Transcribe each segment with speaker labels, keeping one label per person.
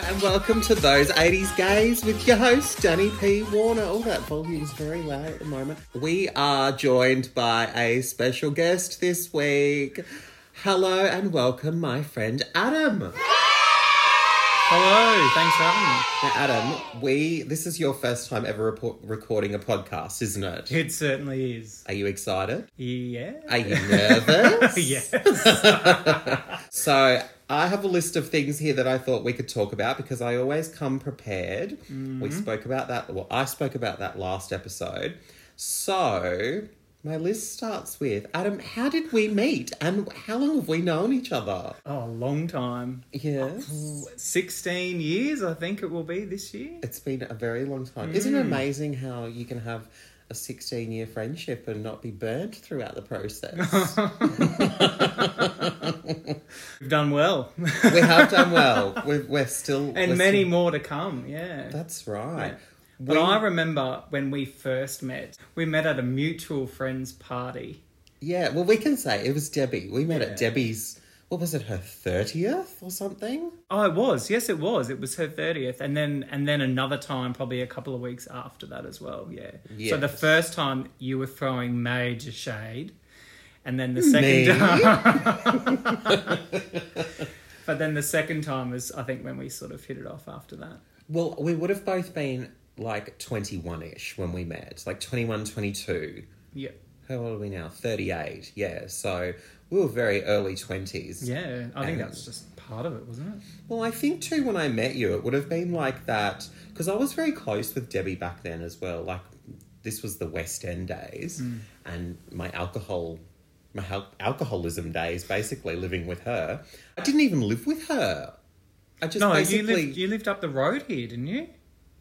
Speaker 1: And welcome to Those 80s Gays with your host, Danny P. Warner. All that volume is very loud at the moment. We are joined by a special guest this week. Hello and welcome, my friend Adam. Now,
Speaker 2: Hello, thanks for having
Speaker 1: Adam, we this is your first time ever report, recording a podcast, isn't it?
Speaker 2: me. It certainly is.
Speaker 1: Are you excited?
Speaker 2: Yeah.
Speaker 1: Are you nervous?
Speaker 2: yes.
Speaker 1: So I have a list of things here that I thought we could talk about because I always come prepared.
Speaker 2: Mm-hmm.
Speaker 1: We spoke about that. Well, I spoke about that last episode. So my list starts with Adam. How did we meet, and how long have we known each other?
Speaker 2: Oh, long time.
Speaker 1: Yes,
Speaker 2: 16 years, I think it will be this year.
Speaker 1: it's been a very long time. Isn't
Speaker 2: Mm.
Speaker 1: it amazing how you can have a sixteen-year friendship and not be burnt throughout the process?
Speaker 2: We've done well.
Speaker 1: we have done well. We've, we're still
Speaker 2: and
Speaker 1: we're
Speaker 2: many
Speaker 1: still-
Speaker 2: more to come, yeah.
Speaker 1: that's right.
Speaker 2: But
Speaker 1: We-
Speaker 2: I remember when we first met, we met at a mutual friend's party.
Speaker 1: Yeah, well, we can say it was Debbie. We met
Speaker 2: Yeah.
Speaker 1: at Debbie's. What was it? Her thirtieth or something?
Speaker 2: Oh, it was. Yes, it was. It was her 30th. And then and then another time probably a couple of weeks after that as well. Yeah. So the
Speaker 1: Yes.
Speaker 2: first time you were throwing major shade. And then the second
Speaker 1: Me?
Speaker 2: time But then the second time was I think when we sort of hit it off after that.
Speaker 1: Well, we would have both been like twenty-one-ish when we met, like 21, 22.
Speaker 2: Yeah.
Speaker 1: How old are we now? Thirty-eight. Yeah, so we were very early twenties.
Speaker 2: Yeah. I think
Speaker 1: And-
Speaker 2: that's just part of it, wasn't it?
Speaker 1: Well, I think too when I met you, it would have been like that because I was very close with Debbie back then as well. Like this was the West End days,
Speaker 2: Hmm.
Speaker 1: and my alcohol, my hal- alcoholism days, basically living with her. I didn't even live with her. I just
Speaker 2: No, you
Speaker 1: basically
Speaker 2: lived you lived up the road here, didn't you?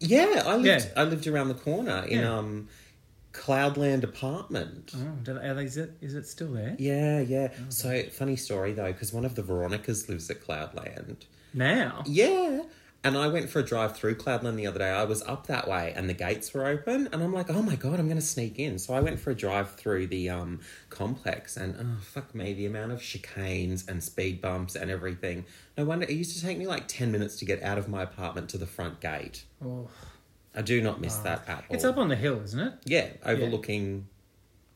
Speaker 1: yeah. I lived
Speaker 2: Yeah.
Speaker 1: I lived around the corner in
Speaker 2: Yeah.
Speaker 1: um Cloudland apartment.
Speaker 2: Oh, did I, is it is it still there?
Speaker 1: Yeah, yeah.
Speaker 2: Oh.
Speaker 1: So funny story though, because one of the Veronicas lives at Cloudland.
Speaker 2: Now.
Speaker 1: Yeah. And I went for a drive through Cloudland the other day. I was up that way and the gates were open and I'm like, "Oh my god, I'm going to sneak in." So I went for a drive through the um complex and oh fuck me, the amount of chicanes and speed bumps and everything. No wonder it used to take me like 10 minutes to get out of my apartment to the front gate.
Speaker 2: Oh.
Speaker 1: I do not miss that at all.
Speaker 2: Ah. It's up on the hill, isn't it?
Speaker 1: yeah, overlooking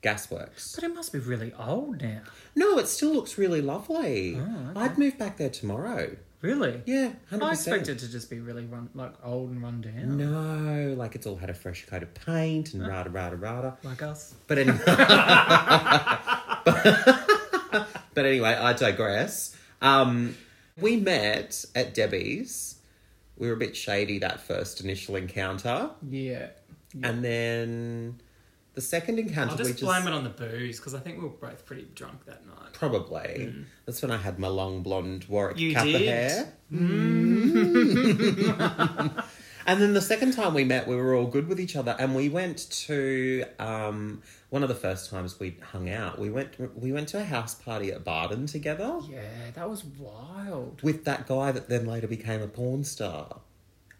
Speaker 1: gasworks.
Speaker 2: But it must be really old now.
Speaker 1: No, it still looks really lovely. I'd move back there tomorrow.
Speaker 2: Really?
Speaker 1: Yeah, 100%.
Speaker 2: Ah, I expect it to just be really run like old and run down.
Speaker 1: No, like it's all had a fresh coat of paint and rada rada rada.
Speaker 2: Like us.
Speaker 1: But anyway, but anyway, I digress. Um, we met at Debbie's. We were a bit shady that first initial encounter,
Speaker 2: Yeah.
Speaker 1: and then the second encounter
Speaker 3: I'll
Speaker 1: we
Speaker 3: just,
Speaker 1: just
Speaker 3: blame it on the booze because I think we were both pretty drunk that night.
Speaker 1: probably
Speaker 2: Mm.
Speaker 1: that's when I had my long blonde Warwick
Speaker 3: You
Speaker 1: Kappa
Speaker 3: did?
Speaker 1: hair.
Speaker 2: Mm.
Speaker 1: And then the second time we met, we were all good with each other, and we went to um, one of the first times we hung out. We went we went to a house party at Barden together
Speaker 2: Yeah, that was wild.
Speaker 1: with that guy that then later became a porn star,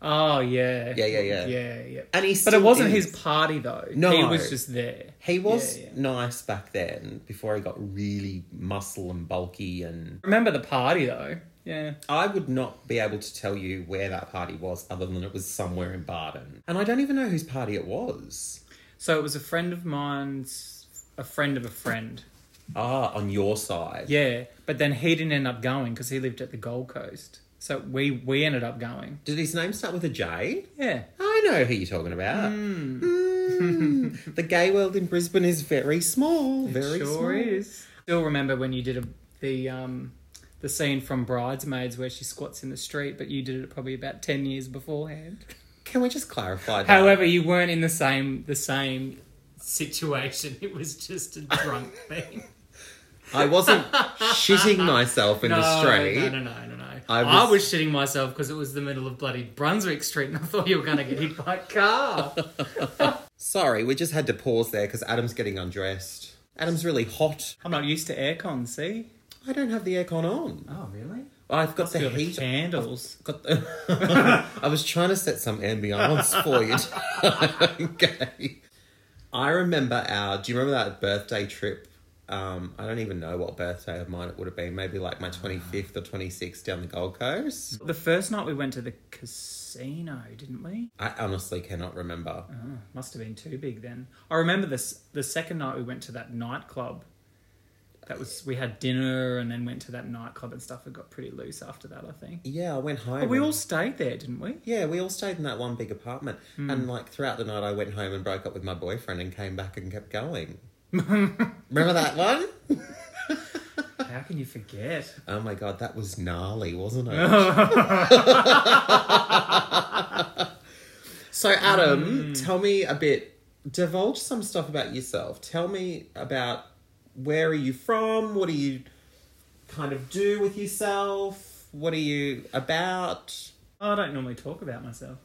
Speaker 2: Oh yeah.
Speaker 1: Yeah, yeah, yeah.
Speaker 2: Yeah, yeah.
Speaker 1: and he.
Speaker 2: But
Speaker 1: still
Speaker 2: it wasn't
Speaker 1: is.
Speaker 2: his party though.
Speaker 1: No.
Speaker 2: He was just there.
Speaker 1: He was
Speaker 2: Yeah, yeah.
Speaker 1: nice back then before he got really muscle and bulky, and
Speaker 2: Remember the party though? Yeah.
Speaker 1: I would not be able to tell you where that party was other than it was somewhere in Barden, and I don't even know whose party it was.
Speaker 2: So it was a friend of mine's a friend of a friend.
Speaker 1: Ah, on your side,
Speaker 2: Yeah. But then he didn't end up going because he lived at the Gold Coast. So we we ended up going.
Speaker 1: Did his name start with a J?
Speaker 2: Yeah.
Speaker 1: I know who you're talking about. Mm. the gay world in Brisbane is very small. Very
Speaker 2: sure
Speaker 1: small.
Speaker 2: is. Still remember when you did a, the um, the scene from Bridesmaids where she squats in the street, but you did it probably about ten years beforehand.
Speaker 1: Can we just clarify that?
Speaker 2: However, you weren't in the same the same.
Speaker 3: Situation. It was just a drunk thing.
Speaker 1: I wasn't shitting myself in the street.
Speaker 3: No, no, no, no, no.
Speaker 1: I
Speaker 3: I
Speaker 1: was-
Speaker 3: was, shitting myself because it was the middle of bloody Brunswick Street and I thought you were going to get hit by a car.
Speaker 1: Sorry, we just had to pause there because Adam's getting undressed. Adam's really hot.
Speaker 2: I'm not used to aircon. See,
Speaker 1: I don't have the aircon on.
Speaker 3: oh, really?
Speaker 1: I've got the
Speaker 2: Feel the
Speaker 1: heat.
Speaker 2: candles.
Speaker 1: Got the... I was trying to set some ambiance for you. okay. I remember our. Do you remember that birthday trip Um, I don't even know what birthday of mine it would have been. Maybe like my 25th or 26th down the Gold Coast.
Speaker 2: The first night we went to the casino, didn't we?
Speaker 1: I honestly cannot remember.
Speaker 2: Oh, must have been too big then. I remember this the second night we went to that nightclub. That was we had dinner and then went to that nightclub and stuff. It got pretty loose after that, I think.
Speaker 1: Yeah, I went home.
Speaker 2: But we
Speaker 1: and-
Speaker 2: all stayed there, didn't we?
Speaker 1: Yeah, we all stayed in that one big apartment.
Speaker 2: Hmm.
Speaker 1: And like throughout the night, I went home and broke up with my boyfriend and came back and kept going. Remember that one?
Speaker 2: How can you forget?
Speaker 1: Oh my god, that was gnarly, wasn't it? so, Adam, tell me a bit, divulge some stuff about yourself. Tell me about where are you from? What do you kind of do with yourself? What are you about?
Speaker 2: I don't normally talk about myself.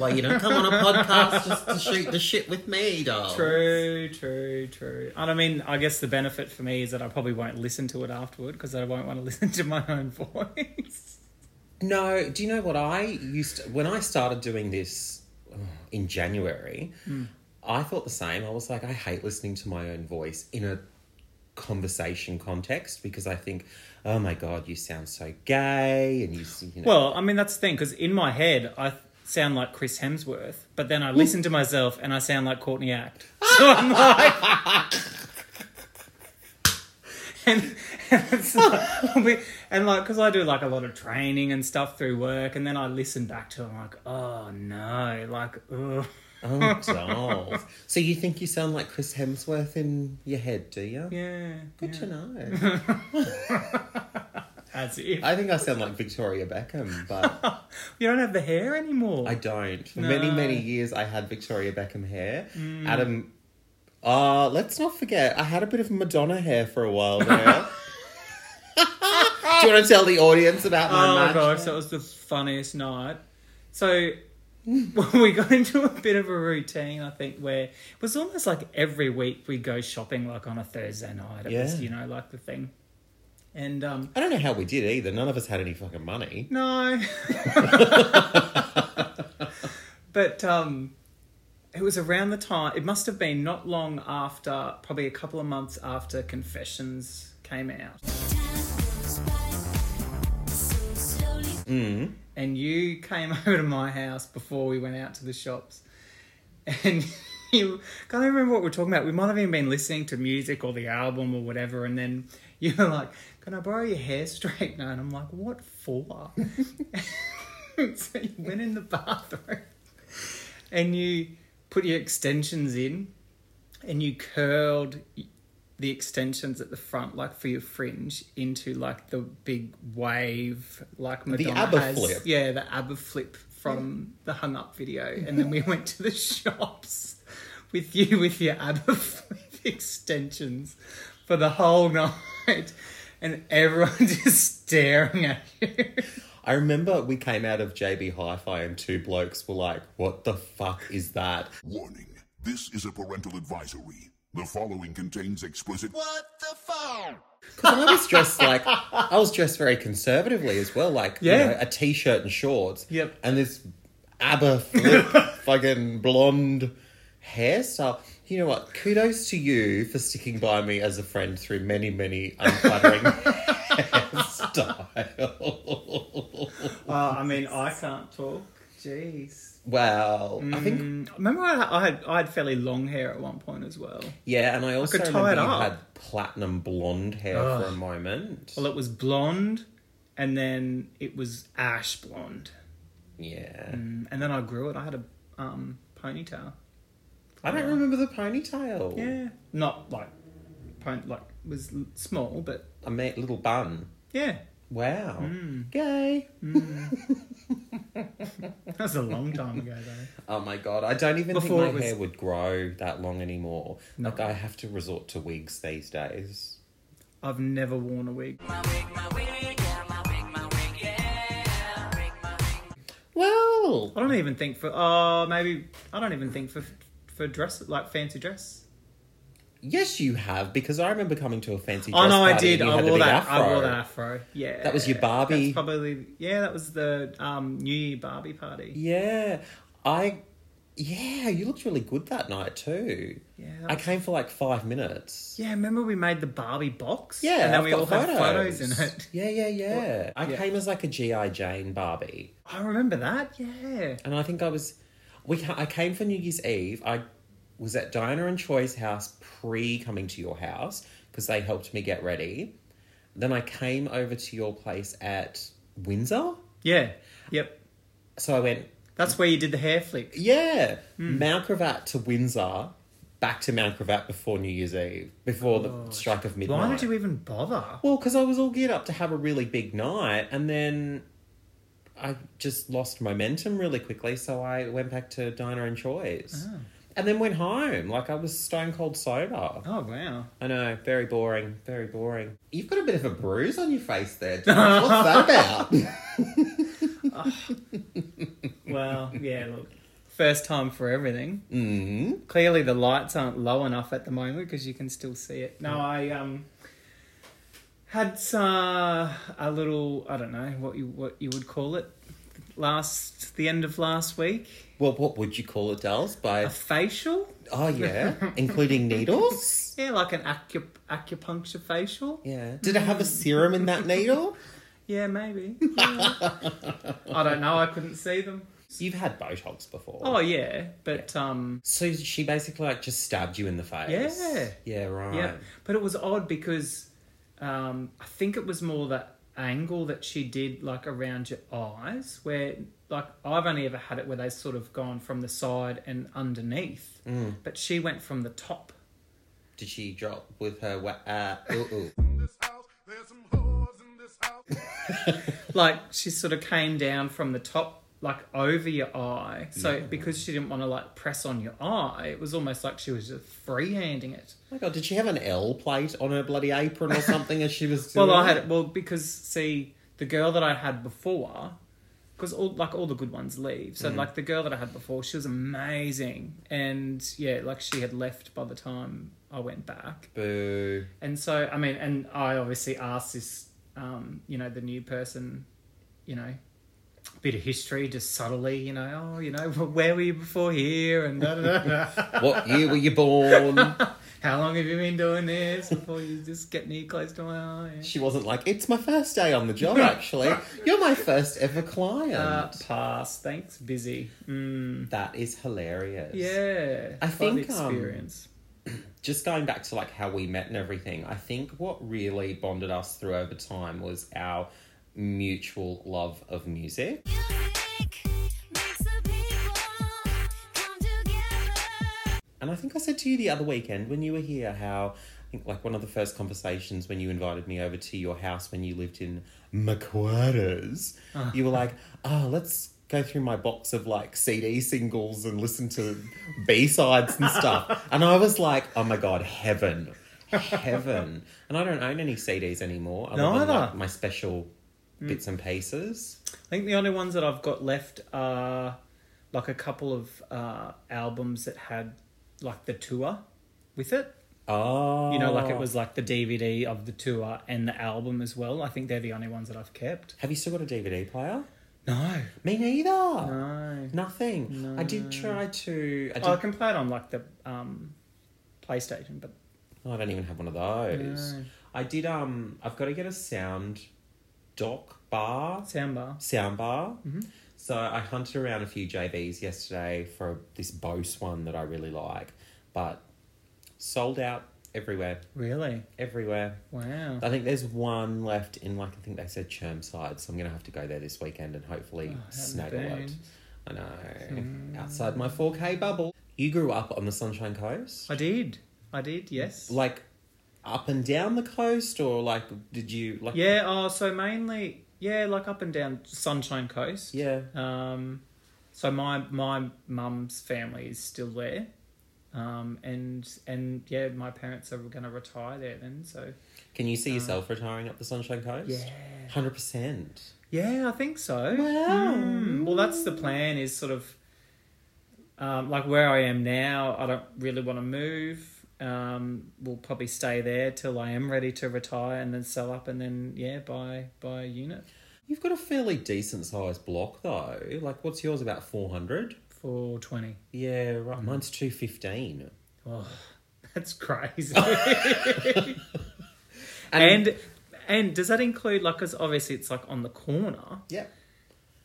Speaker 1: Well, you don't come on a podcast just to shoot the shit with me, doll.
Speaker 2: True, true, true. And I mean, I guess the benefit for me is that I probably won't listen to it afterward because I won't want to listen to my own voice.
Speaker 1: No, do you know what I used to, when I started doing this oh, in January?
Speaker 2: Hmm.
Speaker 1: I thought the same. I was like, I hate listening to my own voice in a conversation context because I think, oh my god, you sound so gay, and you, s- you know,
Speaker 2: Well, I mean, that's the thing because in my head, I th- sound like Chris Hemsworth, but then I listen to myself and I sound like Courtney Act. So I'm like. And, and, it's like, we- and like, because I do like a lot of training and stuff through work, and then I listen back to it, I'm like, oh no, like, ugh.
Speaker 1: oh dolls. So you think you sound like Chris Hemsworth in your head, do you?
Speaker 2: yeah.
Speaker 1: Good
Speaker 2: yeah.
Speaker 1: to know.
Speaker 2: As if.
Speaker 1: I think I sound like Victoria Beckham, but
Speaker 2: You don't have the hair anymore.
Speaker 1: I don't. For many,
Speaker 2: No. Mm.
Speaker 1: many years, I had Victoria Beckham hair. Adam, uh, let's not forget, I had a bit of Madonna hair for a while there. Do you want to tell the audience about my
Speaker 2: oh my
Speaker 1: match?
Speaker 2: gosh, that was the funniest night. So we got into a bit of a routine, I think, where it was almost like every week we go shopping like on a Thursday night. It was,
Speaker 1: Yeah.
Speaker 2: you know, like the thing. And um
Speaker 1: I don't know how we did either. None of us had any fucking money.
Speaker 2: no. but um it was around the time it must have been not long after probably a couple of months after Confessions came out.
Speaker 1: Mm.
Speaker 2: and you came over to my house before we went out to the shops and you can't even remember what we are talking about we might have even been listening to music or the album or whatever and then you were like can i borrow your hair straightener and i'm like what for so you went in the bathroom and you put your extensions in and you curled the extensions at the front, like for your fringe, into like the big wave, like Madonna
Speaker 1: ABBA
Speaker 2: has.
Speaker 1: flip.
Speaker 2: Yeah, the ABBA flip from the hung up video, and then we went to the shops with you with your ABBA flip extensions for the whole night, and everyone just staring at you.
Speaker 1: I remember we came out of JB Hi Fi and two blokes were like, what the fuck is that?
Speaker 4: Warning. This is a parental advisory. The following contains explicit. What the fuck?
Speaker 1: Because I was dressed like, I was dressed very conservatively as well, like, you
Speaker 2: Yeah.
Speaker 1: know, a t shirt and shorts.
Speaker 2: Yep.
Speaker 1: And this ABBA flip fucking blonde hairstyle. You know what? Kudos to you for sticking by me as a friend through many, many unflattering hairstyles.
Speaker 2: Oh, I mean, I can't talk. Jeez.
Speaker 1: Wow. I think,
Speaker 2: Mm, Remember, I, I had I had fairly long hair at one point as well.
Speaker 1: yeah, and I also
Speaker 2: could tie
Speaker 1: remember
Speaker 2: it
Speaker 1: you
Speaker 2: up.
Speaker 1: had platinum blonde hair for a moment.
Speaker 2: Well, it was blonde, and then it was ash blonde,
Speaker 1: yeah.
Speaker 2: Mm, and then I grew it. I had a um, ponytail.
Speaker 1: I don't remember the ponytail.
Speaker 2: Yeah, not like pon- like was l- small, but
Speaker 1: A ma- little bun.
Speaker 2: yeah,
Speaker 1: Wow.
Speaker 2: Mm.
Speaker 1: Gay.
Speaker 2: that was a long time ago though.
Speaker 1: Oh my god, I don't even
Speaker 2: Before it
Speaker 1: think my
Speaker 2: was-
Speaker 1: hair would grow that long anymore. Like I have to resort to wigs these days.
Speaker 2: I've never worn a wig.
Speaker 1: Well,
Speaker 2: I don't even think for oh maybe I don't even think for for dress like fancy dress.
Speaker 1: yes, you have because I remember coming to a fancy.
Speaker 2: Oh
Speaker 1: dress
Speaker 2: no, I
Speaker 1: party and
Speaker 2: did.
Speaker 1: you
Speaker 2: I
Speaker 1: had the
Speaker 2: wore
Speaker 1: big
Speaker 2: that. I
Speaker 1: afro.
Speaker 2: wore that afro. Yeah,
Speaker 1: That was your Barbie?
Speaker 2: That's probably yeah. That was the um, New Year Barbie party.
Speaker 1: Yeah, I Yeah, you looked really good that night too.
Speaker 2: Yeah, that
Speaker 1: I
Speaker 2: was-
Speaker 1: came for like five minutes.
Speaker 2: Yeah, remember we made the Barbie box?
Speaker 1: Yeah,
Speaker 2: and then
Speaker 1: I've
Speaker 2: we
Speaker 1: got
Speaker 2: all had photos in it.
Speaker 1: Yeah, yeah, yeah. I
Speaker 2: Yeah.
Speaker 1: came as like a GI Jane Barbie,
Speaker 2: I remember that. Yeah,
Speaker 1: and I think I was. We ca- I came for New Year's Eve. I was at Diana and Troy's house pre coming to your house because they helped me get ready. Then I came over to your place at Windsor.
Speaker 2: yeah, yep.
Speaker 1: So I went,
Speaker 2: That's where you did the hair flick.
Speaker 1: yeah,
Speaker 2: Hmm.
Speaker 1: Mount Cravat to Windsor, back to Mount Cravat before New Year's Eve, before the strike of midnight.
Speaker 2: Oh, Why did you even bother?
Speaker 1: Well, because I was all geared up to have a really big night, and then I just lost momentum really quickly, so I went back to Diner and Choi's.
Speaker 2: Ah.
Speaker 1: And then went home. Like, I was stone cold sober.
Speaker 2: Oh wow.
Speaker 1: I know, very boring, very boring. You've got a bit of a bruise on your face there, Josh. What's that about?
Speaker 2: Well, yeah. Look, first time for everything.
Speaker 1: mm.
Speaker 2: Clearly, the lights aren't low enough at the moment because you can still see it. No, I um had uh, a little. I don't know what you what you would call it. Last the end of last week,
Speaker 1: Well, what would you call it, Dals?
Speaker 2: a
Speaker 1: By,
Speaker 2: facial.
Speaker 1: oh yeah, including needles?
Speaker 2: Yeah, like an acu- acupuncture facial.
Speaker 1: Yeah. Did it have a serum in that needle?
Speaker 2: Yeah, maybe. Yeah. I don't know. I couldn't see them.
Speaker 1: You've had Botox before.
Speaker 2: Oh yeah, but um,
Speaker 1: So she basically like just stabbed you in the face.
Speaker 2: Yeah.
Speaker 1: Yeah, right.
Speaker 2: yeah. But it was odd because um, I think it was more the angle that she did, like around your eyes, where like I've only ever had it where they sort of gone from the side and underneath, but she went from the top.
Speaker 1: Did she drop with her wet uh, ooh, ooh.
Speaker 2: Like she sort of came down from the top. Like over your eye, so because she didn't want to like press on your eye, it was almost like she was just freehanding it.
Speaker 1: Oh my god, did she have an L plate on her bloody apron or something as she was doing
Speaker 2: Well, I
Speaker 1: it?
Speaker 2: had well because see the girl that I had before, because all like all the good ones leave. So like the girl that I had before, she was amazing, and yeah, like she had left by the time I went back.
Speaker 1: Boo.
Speaker 2: And so I mean, and I obviously asked this, um, you know, the new person, you know. Bit of history, just subtly, you know. Oh, you know, where were you before here? And da, da, da, da.
Speaker 1: What year were you born?
Speaker 2: how long have you been doing this before you just get knee close to my eye? Yeah.
Speaker 1: she wasn't like, It's my first day on the job actually. You're my first ever client.
Speaker 2: Uh, pass. Thanks. Busy. Mm,
Speaker 1: that is hilarious.
Speaker 2: yeah.
Speaker 1: I
Speaker 2: quite the
Speaker 1: think, um,
Speaker 2: experience.
Speaker 1: just going back to like how we met and everything, I think what really bonded us through over time was our mutual love of music. And I think I said to you the other weekend when you were here how I think like one of the first conversations when you invited me over to your house when you lived in Macquarie's,
Speaker 2: Ah.
Speaker 1: you were like, "Oh, let's go through my box of like CD singles and listen to B sides and stuff." and I was like, "Oh my god, heaven." Heaven. And I don't own any CDs anymore. Other Than, like,
Speaker 2: Neither. Mm.
Speaker 1: my special bits and pieces.
Speaker 2: I think the only ones that I've got left are like a couple of uh, albums that had like the tour with it.
Speaker 1: Oh.
Speaker 2: You know, like it was like the DVD of the tour and the album as well. I think they're the only ones that I've kept.
Speaker 1: Have you still got a DVD player?
Speaker 2: No.
Speaker 1: Me neither.
Speaker 2: No.
Speaker 1: Nothing. I did try to. I, did,
Speaker 2: Oh, I can play it on like the um, PlayStation, but
Speaker 1: oh, I don't even have one of those.
Speaker 2: No.
Speaker 1: I did. Um, I've got to get a sound dock bar,
Speaker 2: soundbar.
Speaker 1: sound bar.
Speaker 2: Mm-hmm.
Speaker 1: So I hunted around a few JBs yesterday for this Bose one that I really like, but sold out everywhere.
Speaker 2: Really?
Speaker 1: Everywhere.
Speaker 2: Wow.
Speaker 1: I think there's one left in like I think they said Chermside, so I'm gonna have to go there this weekend and hopefully snaggle it.
Speaker 2: Oh, been. Hmm.
Speaker 1: I know. Outside my 4K bubble. You grew up on the Sunshine Coast,
Speaker 2: I did. I did. Yes.
Speaker 1: like up and down the coast, or like did you like?
Speaker 2: Yeah, oh, so mainly, yeah, like up and down Sunshine Coast.
Speaker 1: yeah.
Speaker 2: Um, so my my mum's family is still there, um, and and yeah, my parents are going to retire there then. So
Speaker 1: Can you see yourself retiring up the Sunshine Coast?
Speaker 2: Uh, Yeah.
Speaker 1: hundred percent.
Speaker 2: yeah, I think so. Mm. Well, that's the plan. Is sort of um, like where I am now. I don't really want to move. Um, we'll probably stay there till I am ready to retire and then sell up and then yeah, buy buy a unit.
Speaker 1: You've got a fairly decent sized block though. Like, what's yours? About four hundred.
Speaker 2: four twenty.
Speaker 1: Yeah,
Speaker 2: Hmm.
Speaker 1: right. Mine's two fifteen.
Speaker 2: Oh, that's crazy. and and does that include like? Because obviously it's like on the corner.
Speaker 1: Yep.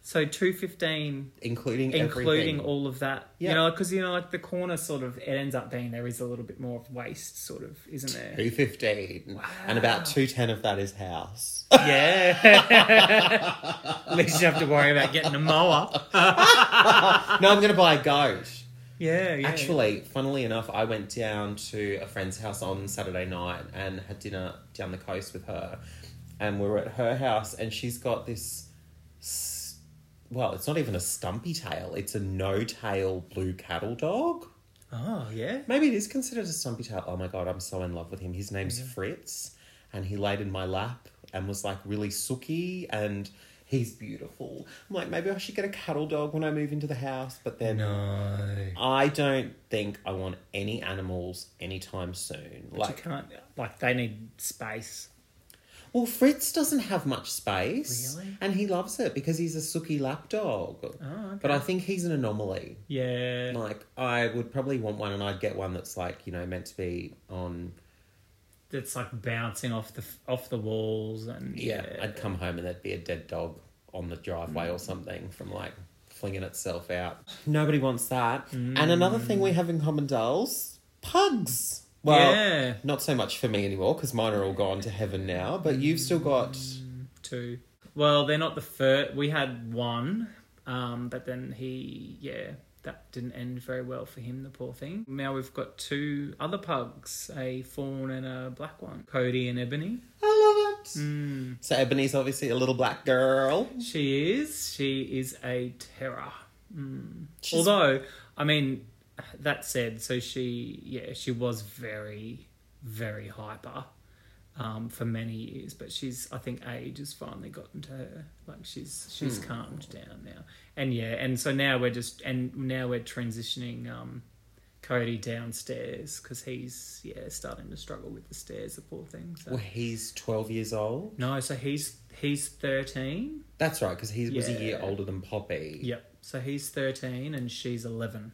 Speaker 2: So two fifteen,
Speaker 1: Including
Speaker 2: including
Speaker 1: everything.
Speaker 2: all of that.
Speaker 1: Yeah.
Speaker 2: You know, because you know, like the corner sort of it ends up being there is a little bit more of waste, sort of, isn't there?
Speaker 1: two fifteen, and about two ten of that is house.
Speaker 2: yeah. At least you don't have to worry about getting a mower.
Speaker 1: no, I'm gonna buy a goat.
Speaker 2: Yeah. yeah.
Speaker 1: Actually, funnily enough, I went down to a friend's house on Saturday night and had dinner down the coast with her. And we were at her house, and she's got this. s- Well, it's not even a stumpy tail, it's a no tail blue cattle dog.
Speaker 2: Oh yeah.
Speaker 1: Maybe it is considered a stumpy tail. Oh my god, I'm so in love with him. His name's Fritz, and he laid in my lap and was like really sooky, and he's beautiful. I'm like, maybe I should get a cattle dog when I move into the house, but then.
Speaker 2: No.
Speaker 1: I don't think I want any animals anytime soon.
Speaker 2: Like,
Speaker 1: Like,
Speaker 2: you can't. Like they need space.
Speaker 1: well, Fritz doesn't have much space,
Speaker 2: Really? Oh,
Speaker 1: and he loves it because he's a sooky lapdog.
Speaker 2: okay.
Speaker 1: But I think he's an anomaly.
Speaker 2: Yeah.
Speaker 1: Like, I would probably want one, and I'd get one that's like you know meant to be on.
Speaker 2: That's like bouncing off the off the walls and
Speaker 1: Yeah, I'd come home and there'd be a dead dog on the driveway or something from like flinging itself out. Mm. Nobody wants that. And another thing we have in common, dolls, pugs. Well,
Speaker 2: yeah.
Speaker 1: Not so much for me anymore because mine are all gone to heaven now. But you've still got
Speaker 2: Two. Well, they're not the first. We had one, um, but then he, yeah, that didn't end very well for him, the poor thing. Now we've got two other pugs, a fawn and a black one, Cody and Ebony.
Speaker 1: I love it. So Ebony's obviously a little black girl.
Speaker 2: She is. She is a terror. Mm.
Speaker 1: She's-
Speaker 2: Although, I mean, that said, so she, yeah, she was very, very hyper um, for many years, but she's, I think, age has finally gotten to her. Like she's, she's
Speaker 1: Hmm.
Speaker 2: calmed down now, and yeah, and so now we're just, and now we're transitioning um, Cody downstairs because he's, yeah, starting to struggle with the stairs. The poor thing. So.
Speaker 1: well, he's twelve years old.
Speaker 2: No, so he's he's thirteen.
Speaker 1: That's right, because he was a year
Speaker 2: Yeah.
Speaker 1: older than Poppy.
Speaker 2: Yep. So he's 13 and she's 11.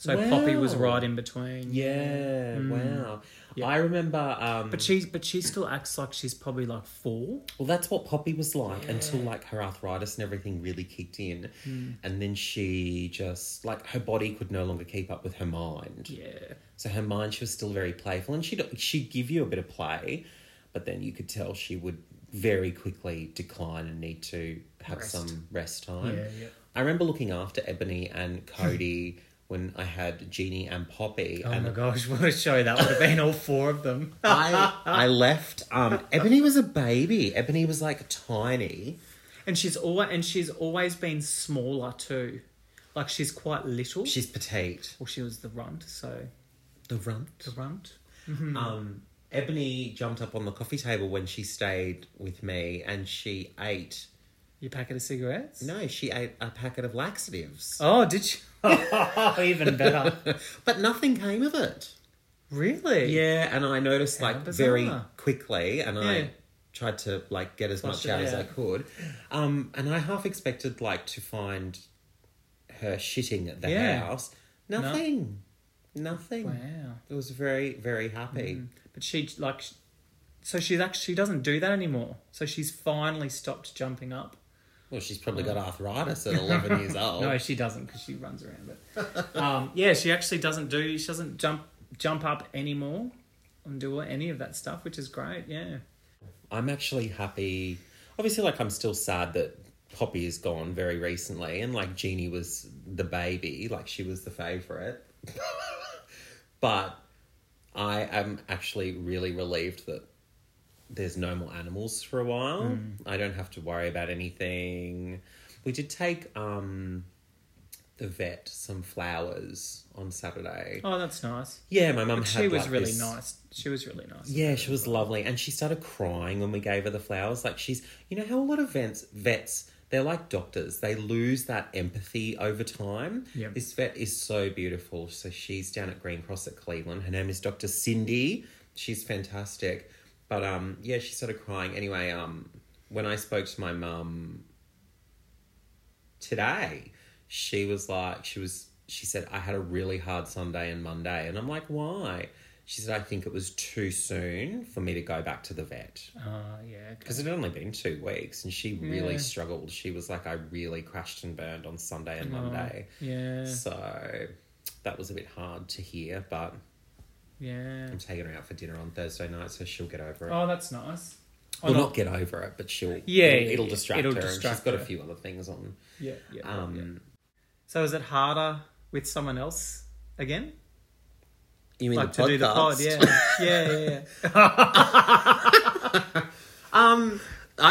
Speaker 2: So Poppy was
Speaker 1: Wow.
Speaker 2: right in between.
Speaker 1: Yeah. Wow.
Speaker 2: Yeah.
Speaker 1: I remember. Um,
Speaker 2: But she but she still acts like she's probably like 4.
Speaker 1: well, that's what Poppy was like until like her arthritis and everything really kicked in,
Speaker 2: Mm.
Speaker 1: and then she just like her body could no longer keep up with her mind.
Speaker 2: Yeah.
Speaker 1: So her mind, she was still very playful, and she'd she'd give you a bit of play, but then you could tell she would very quickly decline and need to have
Speaker 2: Rest.
Speaker 1: some rest time.
Speaker 2: Yeah, yeah.
Speaker 1: I remember looking after Ebony and Cody when I had Jeannie and Poppy,
Speaker 2: Oh
Speaker 1: and
Speaker 2: my gosh, what a show that would have been all four of them.
Speaker 1: I I left. Um, Ebony was a baby. Ebony was like tiny.
Speaker 2: And she's always and she's always been smaller too. Like she's quite little.
Speaker 1: She's petite.
Speaker 2: well, she was the runt, so
Speaker 1: The runt.
Speaker 2: the runt.
Speaker 1: Um, Ebony jumped up on the coffee table when she stayed with me, and she ate.
Speaker 2: Your packet of cigarettes?
Speaker 1: No, she ate a packet of laxatives.
Speaker 2: Oh, did she? Oh, even better.
Speaker 1: But nothing came of it.
Speaker 2: really?
Speaker 1: Yeah, and I noticed like
Speaker 2: bizarre.
Speaker 1: very quickly, and
Speaker 2: Yeah.
Speaker 1: I tried to like get as
Speaker 2: Flush
Speaker 1: much
Speaker 2: it
Speaker 1: out as I
Speaker 2: out.
Speaker 1: could. Um, and I half expected like to find her shitting at the
Speaker 2: Yeah.
Speaker 1: house. Nothing. Nothing.
Speaker 2: Wow. Mm-hmm.
Speaker 1: It was very, very happy.
Speaker 2: But she like, sh- so she's actually she doesn't do that anymore. So she's finally stopped jumping up.
Speaker 1: Well, she's probably got arthritis at 11 years old.
Speaker 2: No, she doesn't because she runs around. But um, yeah, she actually doesn't do. She doesn't jump jump up anymore and do any of that stuff, which is great. Yeah,
Speaker 1: I'm actually happy. Obviously, like I'm still sad that Poppy is gone very recently, and like Jeannie was the baby, like she was the favorite. but I am actually really relieved that there's no more animals for a while.
Speaker 2: Mm.
Speaker 1: I don't have to worry about anything. We did take um, the vet some flowers on Saturday.
Speaker 2: oh, that's nice.
Speaker 1: Yeah, my mum.
Speaker 2: But
Speaker 1: had,
Speaker 2: she was
Speaker 1: like,
Speaker 2: really
Speaker 1: this-
Speaker 2: nice. She was really nice.
Speaker 1: yeah, she was lovely, and she started crying when we gave her the flowers. Like she's, you know, how a lot of vets, vets, they're like doctors. They lose that empathy over time.
Speaker 2: Yep.
Speaker 1: This vet is so beautiful. So she's down at Green Cross at Cleveland. Her name is Dr. Cindy. She's fantastic. But um, yeah, she started crying. Anyway, um, when I spoke to my mum today, she was like, she was, she said, I had a really hard Sunday and Monday. And I'm like, why? She said, I think it was too soon for me to go back to the vet
Speaker 2: Oh, yeah. okay.
Speaker 1: because it had only been two weeks and she really
Speaker 2: Yeah.
Speaker 1: struggled. She was like, I really crashed and burned on Sunday
Speaker 2: Oh,
Speaker 1: and Monday.
Speaker 2: Yeah.
Speaker 1: So that was a bit hard to hear, but
Speaker 2: Yeah.
Speaker 1: I'm taking her out for dinner on Thursday night, so she'll get over it.
Speaker 2: Oh, that's nice. Oh,
Speaker 1: well,
Speaker 2: no.
Speaker 1: not get over it, but she'll
Speaker 2: Yeah,
Speaker 1: it'll,
Speaker 2: yeah,
Speaker 1: it'll
Speaker 2: yeah.
Speaker 1: distract
Speaker 2: It'll
Speaker 1: her. and
Speaker 2: distract
Speaker 1: she's got
Speaker 2: her.
Speaker 1: a few other things on.
Speaker 2: Yeah. Yeah. yeah, yeah.
Speaker 1: Um,
Speaker 2: So is it harder with someone else again?
Speaker 1: you mean
Speaker 2: Like
Speaker 1: the
Speaker 2: to
Speaker 1: podcast?
Speaker 2: do the pod? Yeah. Yeah. Yeah. yeah.
Speaker 1: I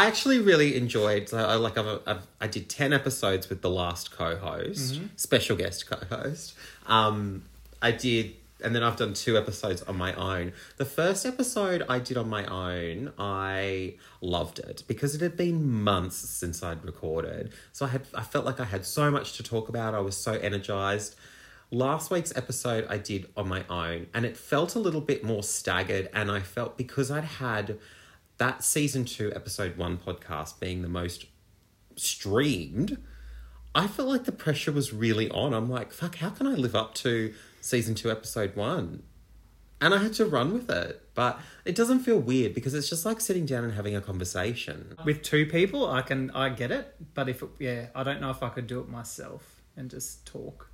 Speaker 1: actually really enjoyed. So I like I've, I've I did ten episodes with the last co-host, special guest co-host. Um, I did, and then I've done two episodes on my own. The first episode I did on my own, I loved it because it had been months since I'd recorded, so I had I felt like I had so much to talk about. I was so energized. Last week's episode I did on my own, and it felt a little bit more staggered, and I felt because I'd had that season two, episode one podcast being the most streamed, I felt like the pressure was really on. I'm like, fuck, how can I live up to season two, episode one? And I had to run with it. But it doesn't feel weird because it's just like sitting down and having a conversation.
Speaker 2: with two people i can i get it but if it, yeah i don't know if i could do it myself and just talk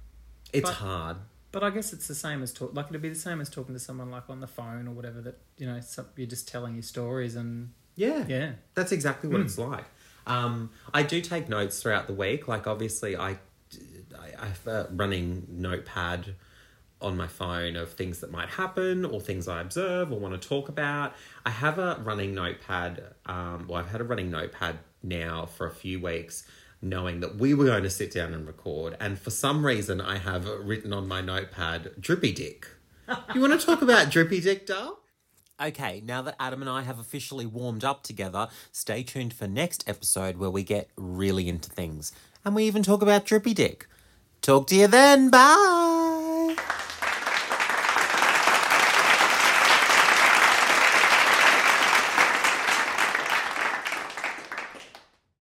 Speaker 1: It's
Speaker 2: But-
Speaker 1: hard.
Speaker 2: but i guess it's the same as talk like it'd be the same as talking to someone like on the phone or whatever that you know some, you're just telling your stories and
Speaker 1: Yeah.
Speaker 2: yeah
Speaker 1: That's exactly what it's like. Um, I do take notes throughout the week. Like obviously, I I, I have a running notepad on my phone of things that might happen or things I observe or want to talk about. I have a running notepad. Um, well, I've had a running notepad now for a few weeks. Knowing that we were going to sit down and record, and for some reason, I have written on my notepad "drippy dick." you want to talk about drippy dick, doll? Okay, now that Adam and I have officially warmed up together, stay tuned for next episode where we get really into things. And we even talk about Drippy Dick. Talk to you then. Bye.